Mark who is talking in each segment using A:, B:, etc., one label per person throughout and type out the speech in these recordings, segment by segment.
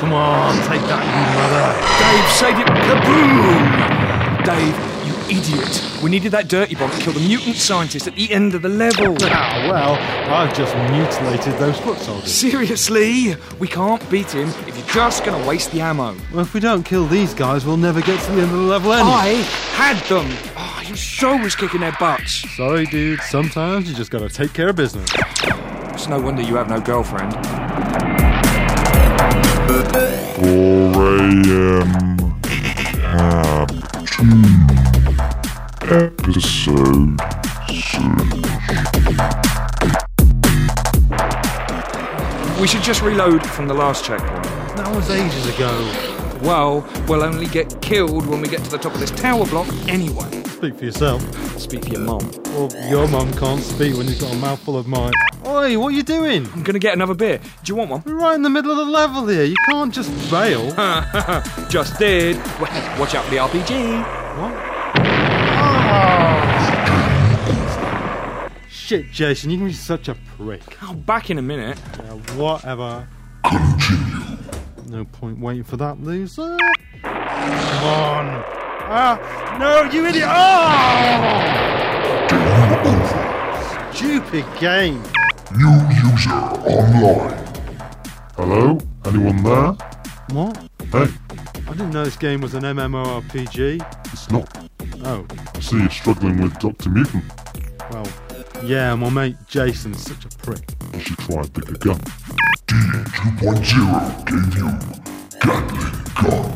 A: Come on, take that, you mother. Dave, save it. Kaboom!
B: Dave, you idiot. We needed that dirty bomb to kill the mutant scientist at the end of the level.
A: Ah, well, I've just mutilated those foot soldiers.
B: Seriously? We can't beat him if you're just going to waste the ammo.
A: Well, if we don't kill these guys, we'll never get to the end of the level anyway.
B: I had them. Oh, your show was kicking their butts.
A: Sorry, dude, sometimes you just gotta take care of business.
B: It's no wonder you have no girlfriend.
C: 4 a.m. Cab 2 Episode 6
B: We should just reload from the last checkpoint.
A: That was ages ago.
B: Well, we'll only get killed when we get to the top of this tower block anyway.
A: Speak for yourself.
B: Speak to your mom.
A: Well, your mum can't speak when you've got a mouthful of mine. Oi, what are you doing?
B: I'm gonna get another beer. Do you want one?
A: We're right in the middle of the level here. You can't just bail. what?
B: Just did. Well, Watch out for the RPG.
A: Oh. Shit, Jason, you can be such a prick.
B: I'll back in a minute.
A: Yeah, whatever. Continue. No point waiting for that loser. Come on. Ah, no, you idiot!
B: Ah!
A: Oh! Stupid game.
C: New user online. Hello? Anyone there?
A: What?
C: Hey,
A: I didn't know this game was an MMORPG.
C: it's not.
A: Oh,
C: I see you're struggling with Dr. Mutant.
A: well, yeah, my mate Jason's such a prick.
C: You should try and pick a gun. D2.0 gave you Gatling gun.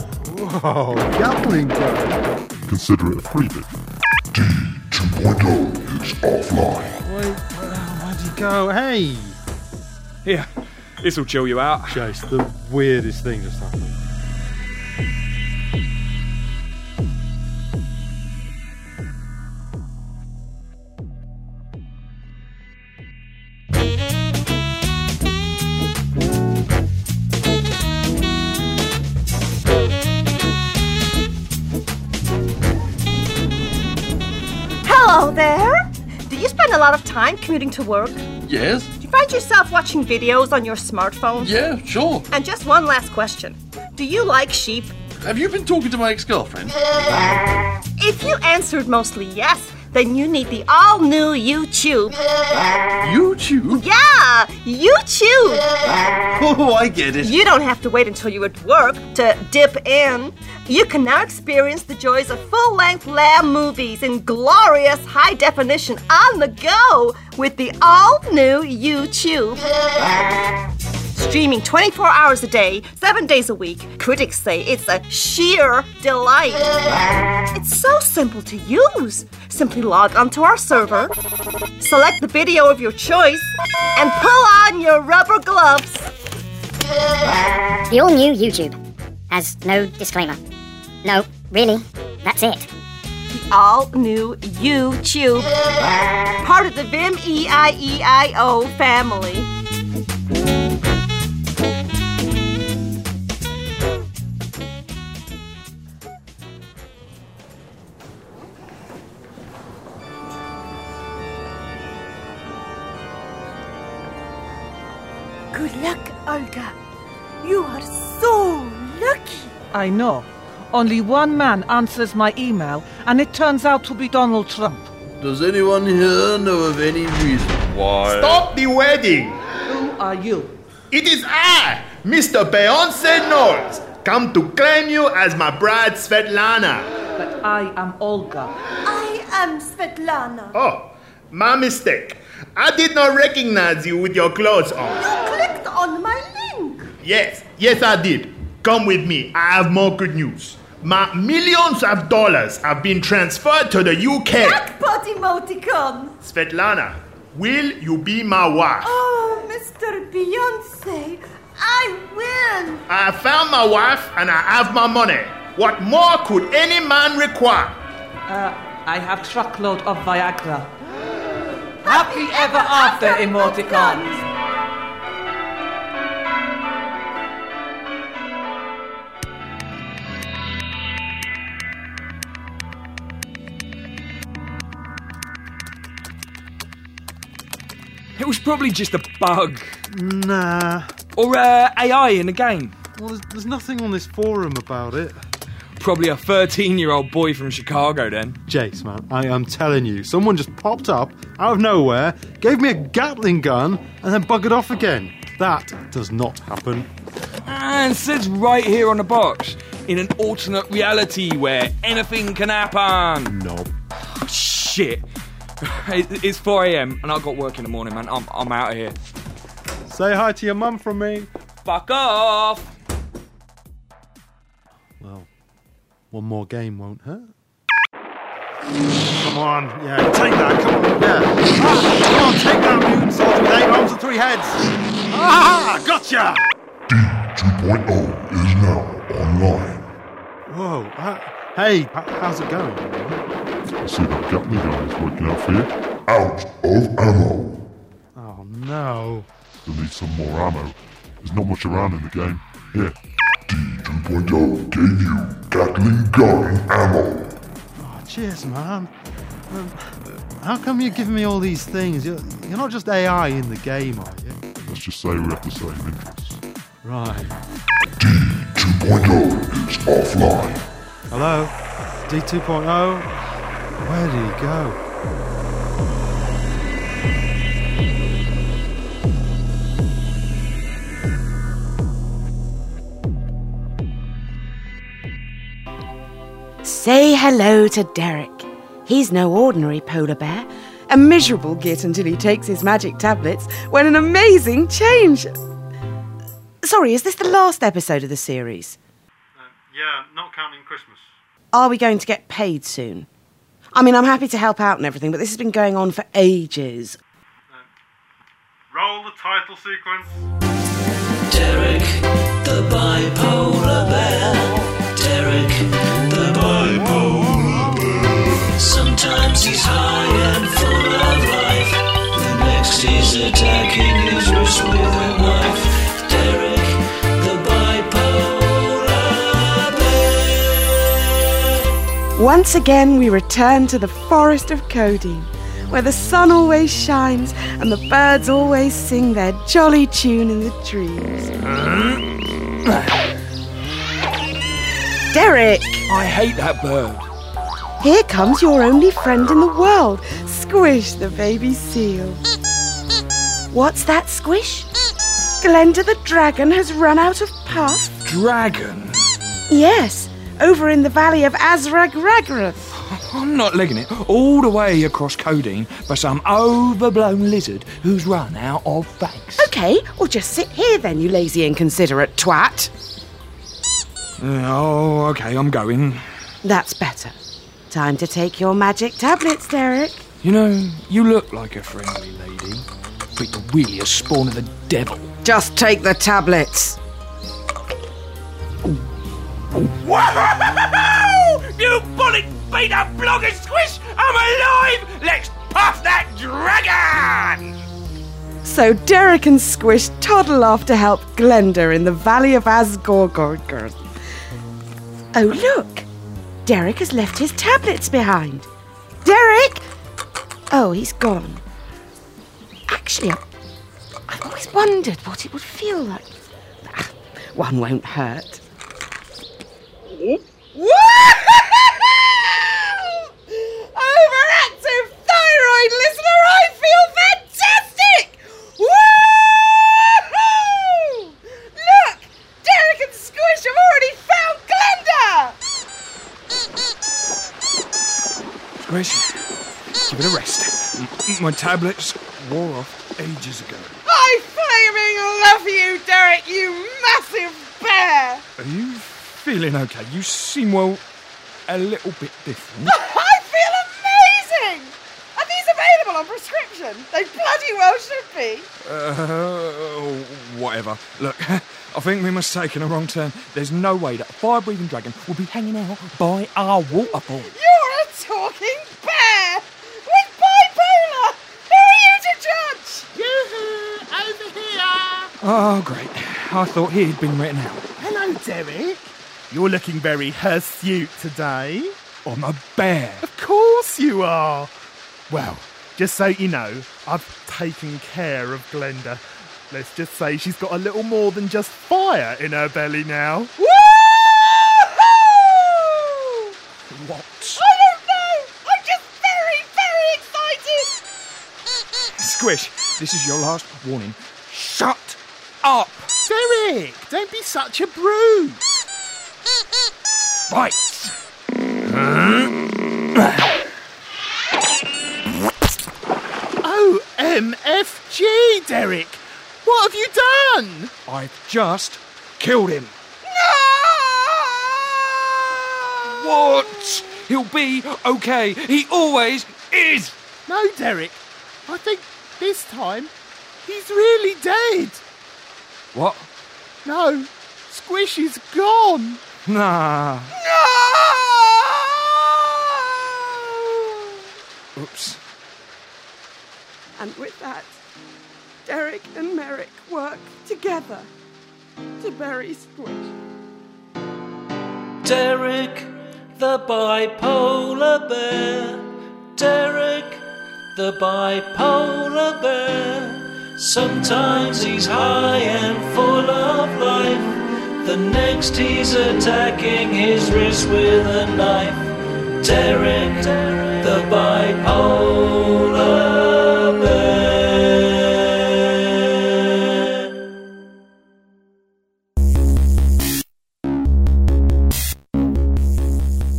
A: Oh, Gatling gun.
C: Consider it a freebie. D2.0 is offline.
A: Wait, where'd he go? Hey!
B: Here, this'll chill you out.
A: Chase, the weirdest thing just happened.
D: Hello there! Do you spend a lot of time commuting to work? Do
E: Yes?
D: you find yourself watching videos on your smartphone?
E: Yeah, sure.
D: And just one last question Do you like sheep?
E: Have you been talking to my ex girlfriend?
D: If you answered mostly yes, then you need the all new YouTube.
E: YouTube?
D: Yeah, YouTube!
E: Oh, I get it.
D: You don't have to wait until you're at work to dip in. You can now experience the joys of full length lamb movies in glorious high definition on the go with the all new YouTube. Streaming 24 hours a day, 7 days a week, critics say it's a sheer delight. It's so simple to use. Simply log onto our server, select the video of your choice, and pull on your rubber gloves.
F: The all new YouTube has no disclaimer. No, really, that's it.
D: all new YouTube. Part of the Vim E EIEIO family.
G: Good luck, Olga. You are so lucky.
H: I know. Only one man answers my email, and it turns out to be Donald Trump.
E: Does anyone here know of any reason why?
I: Stop the wedding!
H: Who are you?
I: It is I, Mr. Beyonce Knowles, come to claim you as my bride, Svetlana.
H: But I am Olga.
G: I am Svetlana.
I: Oh, my mistake. I did not recognize you with your clothes on.
G: Clicked on my link.
I: Yes, yes, I did. Come with me. I have more good news. My millions of dollars have been transferred to the UK.
G: Jackpot emoticon.
I: Svetlana, will you be my wife?
G: Oh, Mr. Beyonce, I will.
I: I found my wife and I have my money. What more could any man require?
H: Uh, I have truckload of Viagra. Happy ever after, emoticons! It was probably just a bug.
A: Nah.
B: Or uh, AI in the game.
A: Well, there's, there's nothing on this forum about it.
B: Probably a 13 year old boy from Chicago then.
A: Jace, man, I am telling you, someone just popped up out of nowhere, gave me a Gatling gun, and then buggered off again. That does not happen.
B: And it says right here on the box in an alternate reality where anything can happen.
A: No.
B: Shit. It- It's 4 a.m. and I've got work in the morning, man. I'm, I'm out of here.
A: Say hi to your mum from me.
B: Fuck off!
A: Well, one more game won't hurt. Come on, yeah, take that, come on, yeah. Ah, come on, take that, mutant soldier with eight arms and three heads. Ah, gotcha!
C: D2.0 is now online.
A: Whoa, ah, hey, h- how's it going?
C: I see that Gatling gun is working out for you. Out of ammo.
A: Oh no.
C: You'll need some more ammo. There's not much around in the game. Here. D2.0 gave oh, you Gatling gun ammo.
A: Oh, cheers, man. Um, how come you're giving me all these things? You're, you're not just AI in the game, are you?
C: Let's just say we have the same interests.
A: Right.
C: 2.0 is offline.
A: Hello? D2.0? Where do you oh? go?
J: Say hello to Derek. He's no ordinary polar bear. A miserable git until he takes his magic tablets when an amazing change. Sorry, is this the last episode of the series?
A: Yeah, not counting Christmas.
J: Are we going to get paid soon? I mean, I'm happy to help out and everything, but this has been going on for ages.
A: Roll the title sequence.
K: Derek, the bipolar bear. Derek, the bipolar bear. Sometimes he's high and full of life. The next he's attacking his wrist with a knife. Derek, the bipolar
J: Once again, we return to the forest of Codeine, where the sun always shines and the birds always sing their jolly tune in the trees. Derek,
B: I hate that bird.
J: here comes your only friend in the world, Squish the baby seal. What's that, Squish? Glenda the dragon has run out of puff?
B: Dragon?
J: Yes, over in the valley of Azragragrath.
B: I'm not legging it all the way across codeine by some overblown lizard who's run out of face.
J: Okay, well, just sit here then, you lazy inconsiderate twat.
B: Oh, okay, I'm going.
J: That's better. Time to take your magic tablets, Derek.
B: You know, you look like a friendly lady, but you're really a spawn of the devil.
J: Just take the tablets.
B: You bullet beta blogger squish! I'm alive! Let's puff that dragon!
J: So Derek and Squish toddle off to help Glenda in the Valley of Asgorgorgor. Oh, look! Derek has left his tablets behind. Derek! Oh, he's gone. Actually, I've always wondered what it would feel like. Ah, One won't hurt. Overactive thyroid listener, I feel fantastic! Woohoo! Look, Derek and Squish have already found Glenda!
B: Squish, give it a rest. My tablets wore off ages ago.
J: I flaming love you, Derek, you massive bear!
B: Are you feeling okay? You seem, well, a little bit different.
J: I feel amazing! Are these available on prescription? They bloody well should be.
B: Uh, whatever. Look, I think we must take in a wrong turn. There's no way that a fire breathing dragon will be hanging out by our waterfall.
J: You're a talking bear! With bipolar! Who are you to judge?
B: Oh, great. I thought he'd been written out.
I: Hello, Derek. You're looking very hirsute today.
B: I'm a bear.
I: Of course you are. Well, just so you know, I've taken care of Glenda. Let's just say she's got a little more than just fire in her belly now. What?
G: I don't know! I'm just very, very excited!
L: Squish, this is your last warning. Shut
M: Up! Derek, don't be such a brute!
L: right!
M: OMFG, Derek! What have you done?
L: I've just killed him. No! What? He'll be okay. He always is.
M: No, Derek, I think this time he's really dead.
L: What?
M: No, Squish is gone.
L: Nah. Oops.
J: And with that, Derek and Merrick work together to bury Squish.
K: Derek the bipolar bear. Derek the bipolar bear. Sometimes he's high and full of life. The next he's attacking his wrist with a knife. Derek the bipolar bear.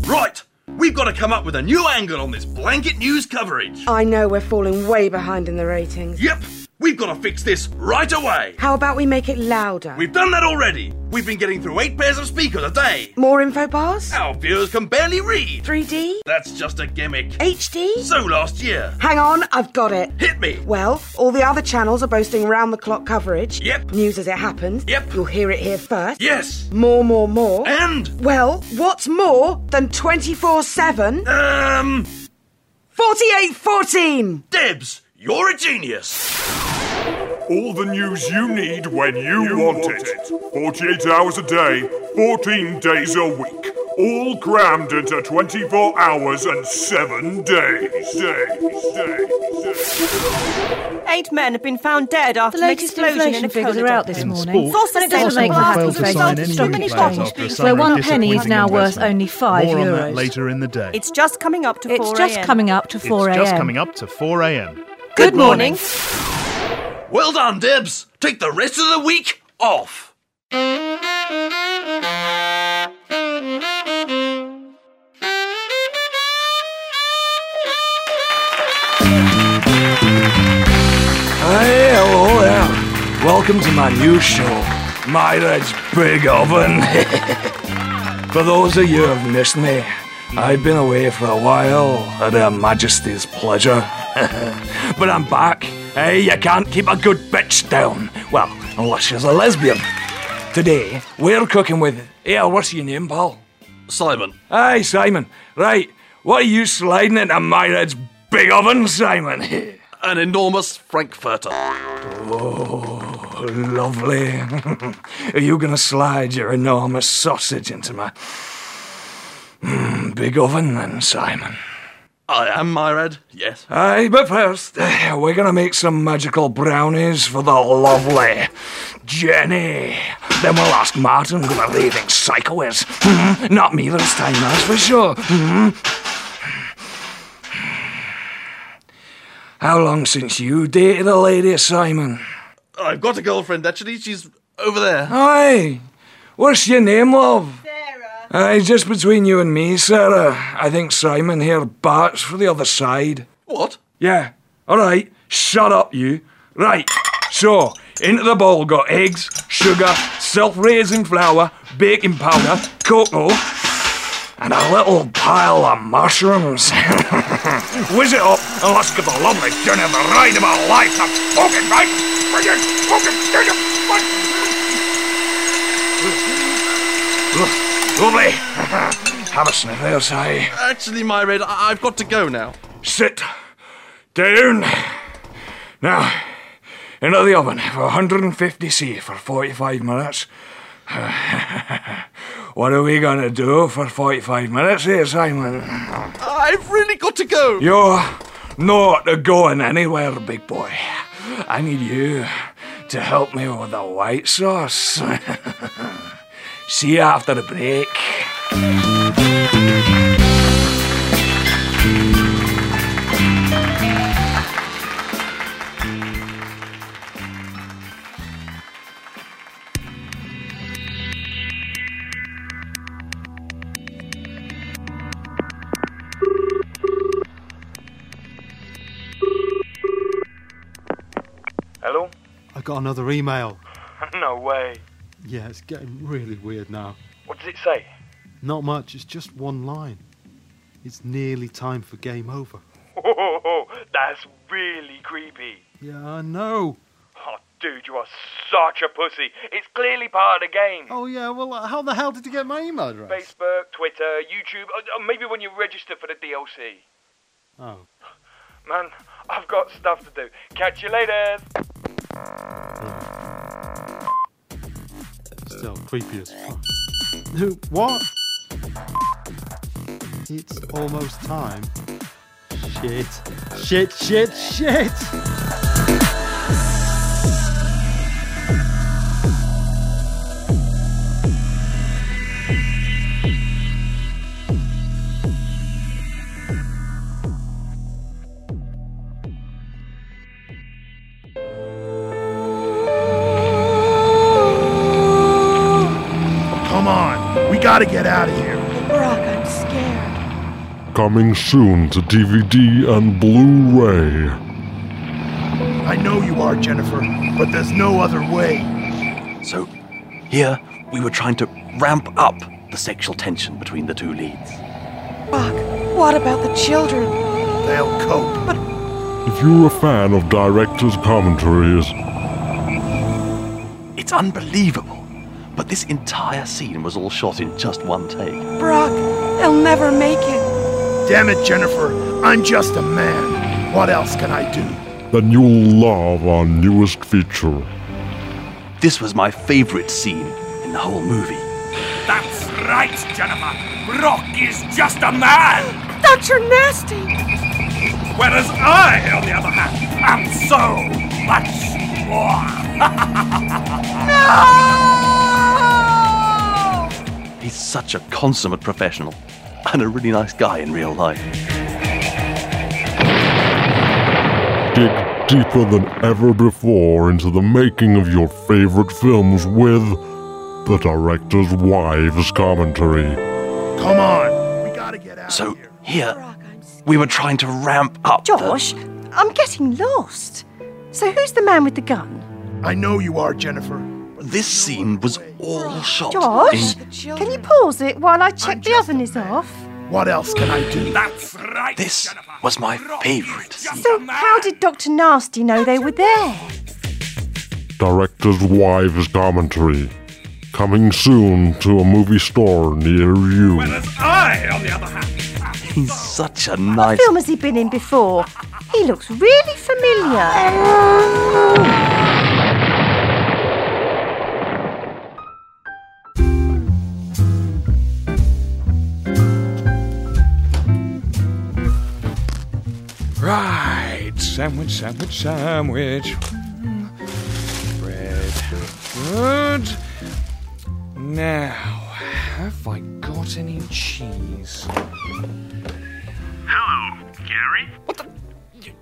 N: Right, we've got to come up with a new angle on this blanket news coverage.
J: I know we're falling way behind in the ratings.
N: Yep, we've got to fix this right away.
J: How about we make it louder?
N: We've done that already. We've been getting through eight pairs of speakers a day.
J: More info bars?
N: Our viewers can barely read.
J: 3D?
N: That's just a gimmick.
J: HD?
N: So last year.
J: Hang on, I've got it.
N: Hit me.
J: Well, all the other channels are boasting round the clock coverage.
N: Yep.
J: News as it happens.
N: Yep.
J: You'll hear it here first.
N: Yes.
J: More, more, more.
N: And?
J: Well, what's more than 24 7?
N: Um.
J: 48 14!
N: Debs, you're a genius.
O: All the news you need when you, want, it. 48 hours a day, 14 days a week. All crammed into 24 hours and 7 days. days, days, days.
D: Eight men have been found dead after
P: The
D: an
P: latest
D: explosion in
P: inflation
D: a
P: figures
D: cola
P: are out this
D: dump.
P: morning.
D: Sources
P: and it doesn't
D: say
P: make
D: the
P: me fail
D: article fails
P: to
D: to
P: sign
D: sign
P: any
D: any
P: new
D: new
P: plans
D: plans
P: after
D: after
P: Where
D: a
P: one
D: Sunday
P: penny is
D: disappointing
P: now worth
D: investment.
P: only five
D: More on
P: euros.
D: that
I: Later in the day.
D: It's just coming up to
P: It's
D: 4
P: just
D: a.m.
P: coming up to
I: It's
P: 4
I: just
P: a.m.
I: coming up to 4 a.m.
N: Good
D: morning.
N: Well done, Debs. Take the rest of the week off.
B: Hey, oh, hello there. Welcome to my new show, My Red's Big Oven. for those of you who've missed me, I've been away for a while at Her Majesty's pleasure. but I'm back. Hey, you can't keep a good bitch down. Well, unless she's a lesbian. Today, we're cooking with. Yeah, what's your name, pal?
N: Simon.
B: Hey, Simon. Right, what are you sliding into My Red's Big Oven, Simon?
N: An enormous Frankfurter.
B: Oh, lovely. Are you going to slide your enormous sausage into my Mm, big oven then, Simon?
N: I am Myrad, yes.
B: Aye, but first, eh, we're going to make some magical brownies for the lovely Jenny. Then we'll ask Martin who the leading psycho is. Mm, Not me this time, that's for sure. Mm. How long since you dated a lady, Simon?
N: I've got a girlfriend, actually. She's over there.
B: Hi. What's your name, love? Sarah. Aye, just between you and me, Sarah. I think Simon here barks for the other side.
N: What?
B: Yeah. All right. Shut up, you. Right. So, into the bowl got eggs, sugar, self-raising flour, baking powder, cocoa, and a little pile of mushrooms. Whiz it up and let's give the lovely Jenny the ride of her life. Now, fucking right. Bring it. Fucking get it. Lovely. Have a sniff there, Si.
N: Actually, Myrad, I- I've got to go now.
B: Sit down. Now, into the oven for 150 C for 45 minutes. what are we going to do for 45 minutes here, Simon?
N: I've really got to go.
B: You're not going anywhere, big boy. I need you
Q: to help me with the white sauce. See you after the break.
R: Hello?
A: I got another email.
R: no way.
A: Yeah, it's getting really weird now.
R: What does it say?
A: Not much, it's just one line. It's nearly time for game over.
R: Whoa, that's really creepy.
A: Yeah, I know.
R: Oh, dude, you are such a pussy. It's clearly part of the game.
A: Oh, yeah, well, uh, how the hell did you get my email address?
R: Facebook, Twitter, YouTube, uh, uh, maybe when you register for the DLC.
A: Oh.
R: Man, I've got stuff to do. Catch you later.
A: Still creepy as fuck. Who? What? It's almost time. Shit. Shit, shit, shit!
I: Come on, we gotta get out of here.
D: Brock, I'm scared.
S: Coming soon to DVD and Blu ray.
I: I know you are, Jennifer, but there's no other way.
N: So, here we were trying to ramp up the sexual tension between the two leads.
D: What about the children?
I: They'll cope.
S: If you're a fan of director's commentaries,
N: It's unbelievable, but this entire scene was all shot in just one take.
D: Brock, they'll never make it.
I: Damn it, Jennifer, I'm just a man. What else can I do?
S: then you'll love our newest feature.
N: This was my favorite scene in the whole movie.
T: That's right, Jennifer. Brock is just a man,
D: That's your nasty.
T: whereas I, on the other hand, am so much more.
N: He's such a consummate professional and a really nice guy in real life.
S: dig deeper than ever before into the making of your favorite films with the director's wives commentary.
I: Come on.
N: So here, we were trying to ramp up. the-
D: Josh, I'm getting lost. So who's the man with the gun?
I: I know you are, Jennifer.
N: This scene was all shot.
D: Josh,
N: in-
D: can you pause it while I check the oven is off?
I: What else can I do?
N: That's right. This was my favorite.
D: So how did Dr. Nasty know they were there?
S: Director's wives commentary. Coming soon to a movie store near you.
T: I, on the other hand,
N: He's such a nice.
D: Film has he been in before? He looks really familiar.
B: Right, sandwich, sandwich, sandwich. Mm, Bread. Good. Now, have I got any cheese?
T: Hello, Gary. What the?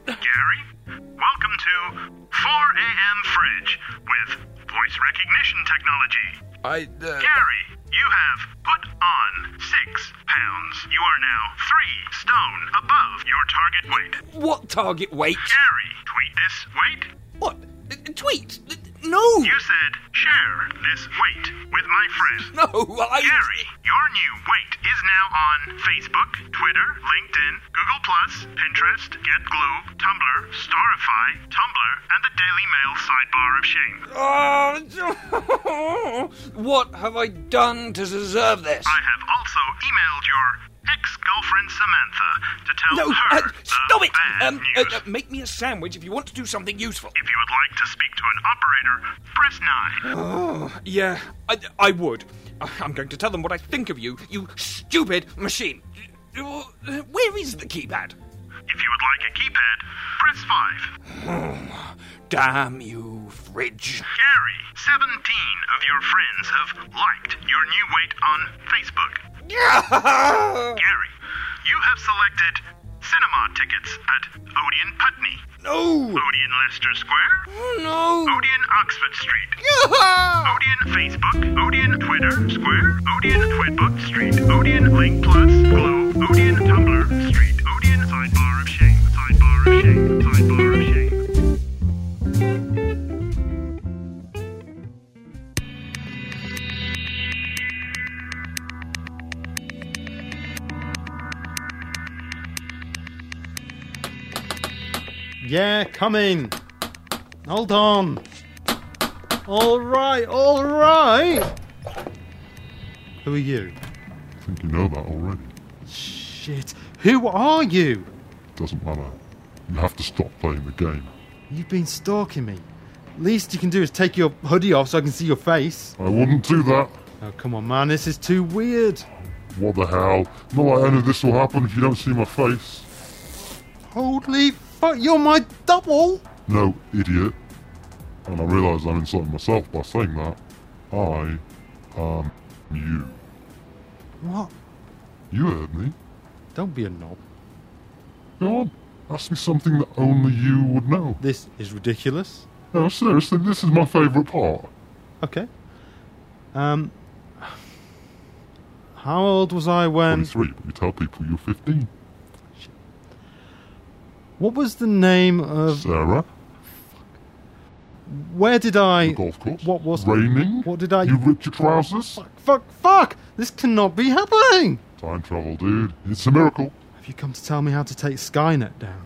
T: Gary? Welcome to 4 a.m. Fridge with voice recognition technology.
B: I. Uh,
T: Gary, you have put on six pounds. You are now three stone above your target weight.
B: What target weight?
T: Gary, tweet this weight. What? Uh, tweet? No! You said share this weight with my friends. No, I. Gary, your new weight is now on Facebook, Twitter, LinkedIn, Google, Pinterest, GetGlue, Tumblr, Starify, Tumblr, and the Daily Mail sidebar of
B: Oh,
T: shame.
B: what have I done to deserve this?
T: I have also emailed your ex-girlfriend Samantha to tell
B: No,
T: her
B: uh,
T: the
B: stop it!
T: bad
B: Um, uh,
T: news.
B: uh, make me a sandwich if you want to do something useful.
T: if you would like to speak to an operator, press nine.
B: Oh, yeah, I, I would. I'm going to tell them what I think of you, you stupid machine. Where is uh, the keypad?
T: If you would like a keypad, press 5.
U: Damn you, fridge.
T: Gary, 17 of your friends have liked your new weight on Facebook. Gary, you have selected cinema tickets at Odeon Putney.
U: No. Oh,
T: Odeon Leicester Square.
U: no.
T: Odeon Oxford Street. Odeon Facebook. Odeon Twitter Square. Odeon Twitbook Street. Odeon Link Plus Glow. Odeon Tumblr Street. Odeon Sidebar of Shame. Sidebar of Shame. Sidebar of Shame.
A: Yeah, coming. Hold on. All right, all right. Who are you?
C: I think you know that already.
A: Shit. Who are you?
C: Doesn't matter. You have to stop playing the game.
A: You've been stalking me. Least you can do is take your hoodie off so I can see your face.
C: I wouldn't do that.
A: Oh, come on, man. This is too weird.
C: What the hell? Not like any of this will happen if you don't see my face.
A: Holy fuck, you're my double.
C: No, idiot. And I realise I'm insulting myself by saying that. I am you.
A: What?
C: You heard me.
A: Don't be a knob.
C: Go on. Ask me something that only you would know.
A: This is ridiculous.
C: No, seriously, this is my favourite part.
A: Okay. Um. How old was I when.
C: 23, but you tell people you're 15.
A: What was the name of.
C: Sarah?
A: Where did I.
C: golf course?
A: What was.
C: Raining?
A: What did I.
C: You ripped your trousers?
A: Fuck, fuck! This cannot be happening!
C: Time travel, dude. It's a miracle.
A: Have you come to tell me how to take Skynet down?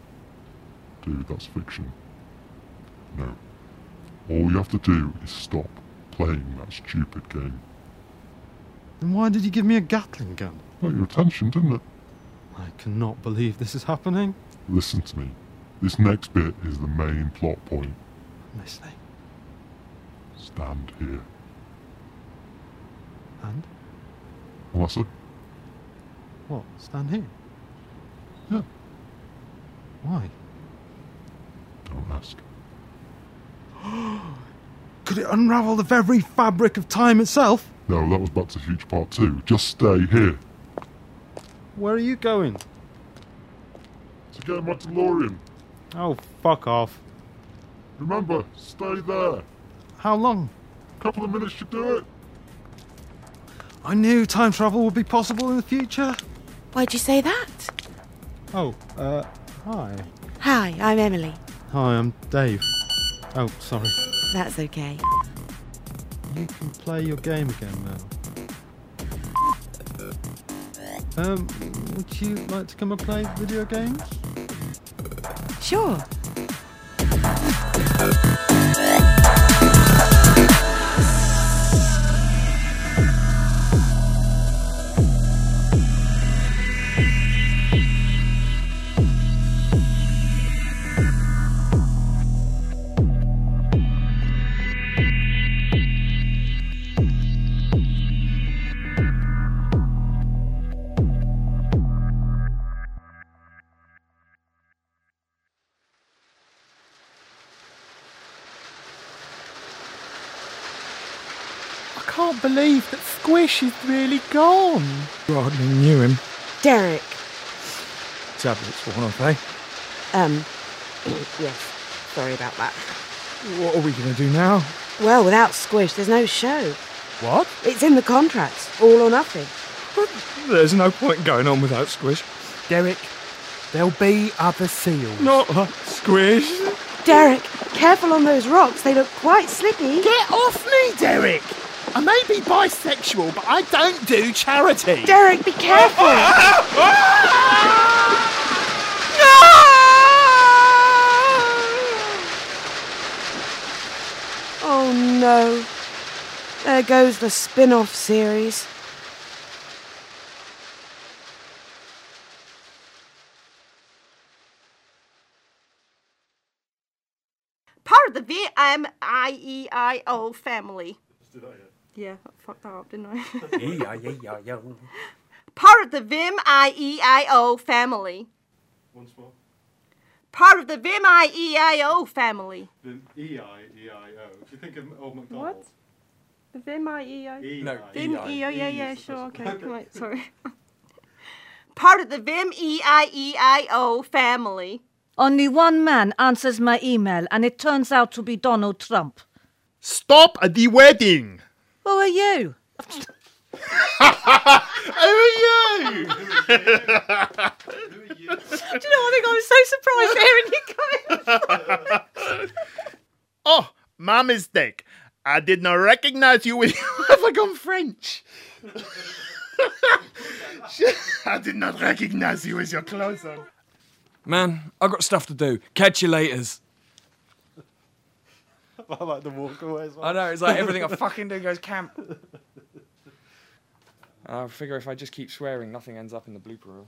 C: Dude, that's fiction. No. All you have to do is stop playing that stupid game.
A: Then why did you give me a Gatling gun?
C: Got your attention, didn't it?
A: I cannot believe this is happening.
C: Listen to me. This next bit is the main plot point.
A: I'm listening.
C: Stand here.
A: And?
C: Melissa?
A: What? Stand here?
C: Yeah.
A: Why?
C: Don't ask.
A: Could it unravel the very fabric of time itself?
C: No, that was Back to the Future Part 2. Just stay here.
A: Where are you going?
C: To get my DeLorean.
A: Oh, fuck off.
C: Remember, stay there.
A: How long?
C: Couple of minutes should do it.
A: I knew time travel would be possible in the future.
J: Why'd you say that?
A: Oh, uh, hi.
J: Hi, I'm Emily.
A: Hi, I'm Dave. Oh, sorry.
J: That's okay.
A: You can play your game again now. Um, would you like to come and play video games?
J: Sure.
M: I can't believe that Squish is really gone.
B: Hardly knew him.
J: Derek.
B: Tablets worn off, eh?
J: Um, yes. Sorry about that.
B: eh? What are we going to do now?
J: Well, without Squish, there's no show.
B: What?
J: It's in the contract. All or nothing.
B: There's no point going on without Squish.
M: Derek, there'll be other seals.
B: Not uh, Squish.
J: Derek, careful on those rocks. They look quite slippy.
M: Get off me, Derek! I may be bisexual, but I don't do charity.
J: Derek, be careful. Oh no. There goes the spin off series.
D: Part of the VMIEIO E family. Yeah, I fucked that up, didn't I?
B: E
D: Part of the VIMIEIO E family.
A: Once more.
D: part of the VMIEIO E family.
A: The E I E I O. If you think of old McDonald's.
D: The VMIEIO?
A: No,
D: VMIEIO, E yeah,
A: EI.
D: yeah, sure, okay. come on, sorry. part of the E VMEIEIO family.
P: Only one man answers my email, and it turns out to be Donald Trump.
I: Stop the wedding!
P: Who are you?
I: Who are you?
P: Do you know, I think I was so surprised hearing you coming.
I: oh, my mistake. I did not recognize you when you have gone French. I did not recognize you with your clothes on.
B: Man, I've got stuff to do. Catch you laters.
A: I like the walk away as well.
B: I know, it's like everything I fucking do goes camp. I figure if I just keep swearing, nothing ends up in the blooper reel.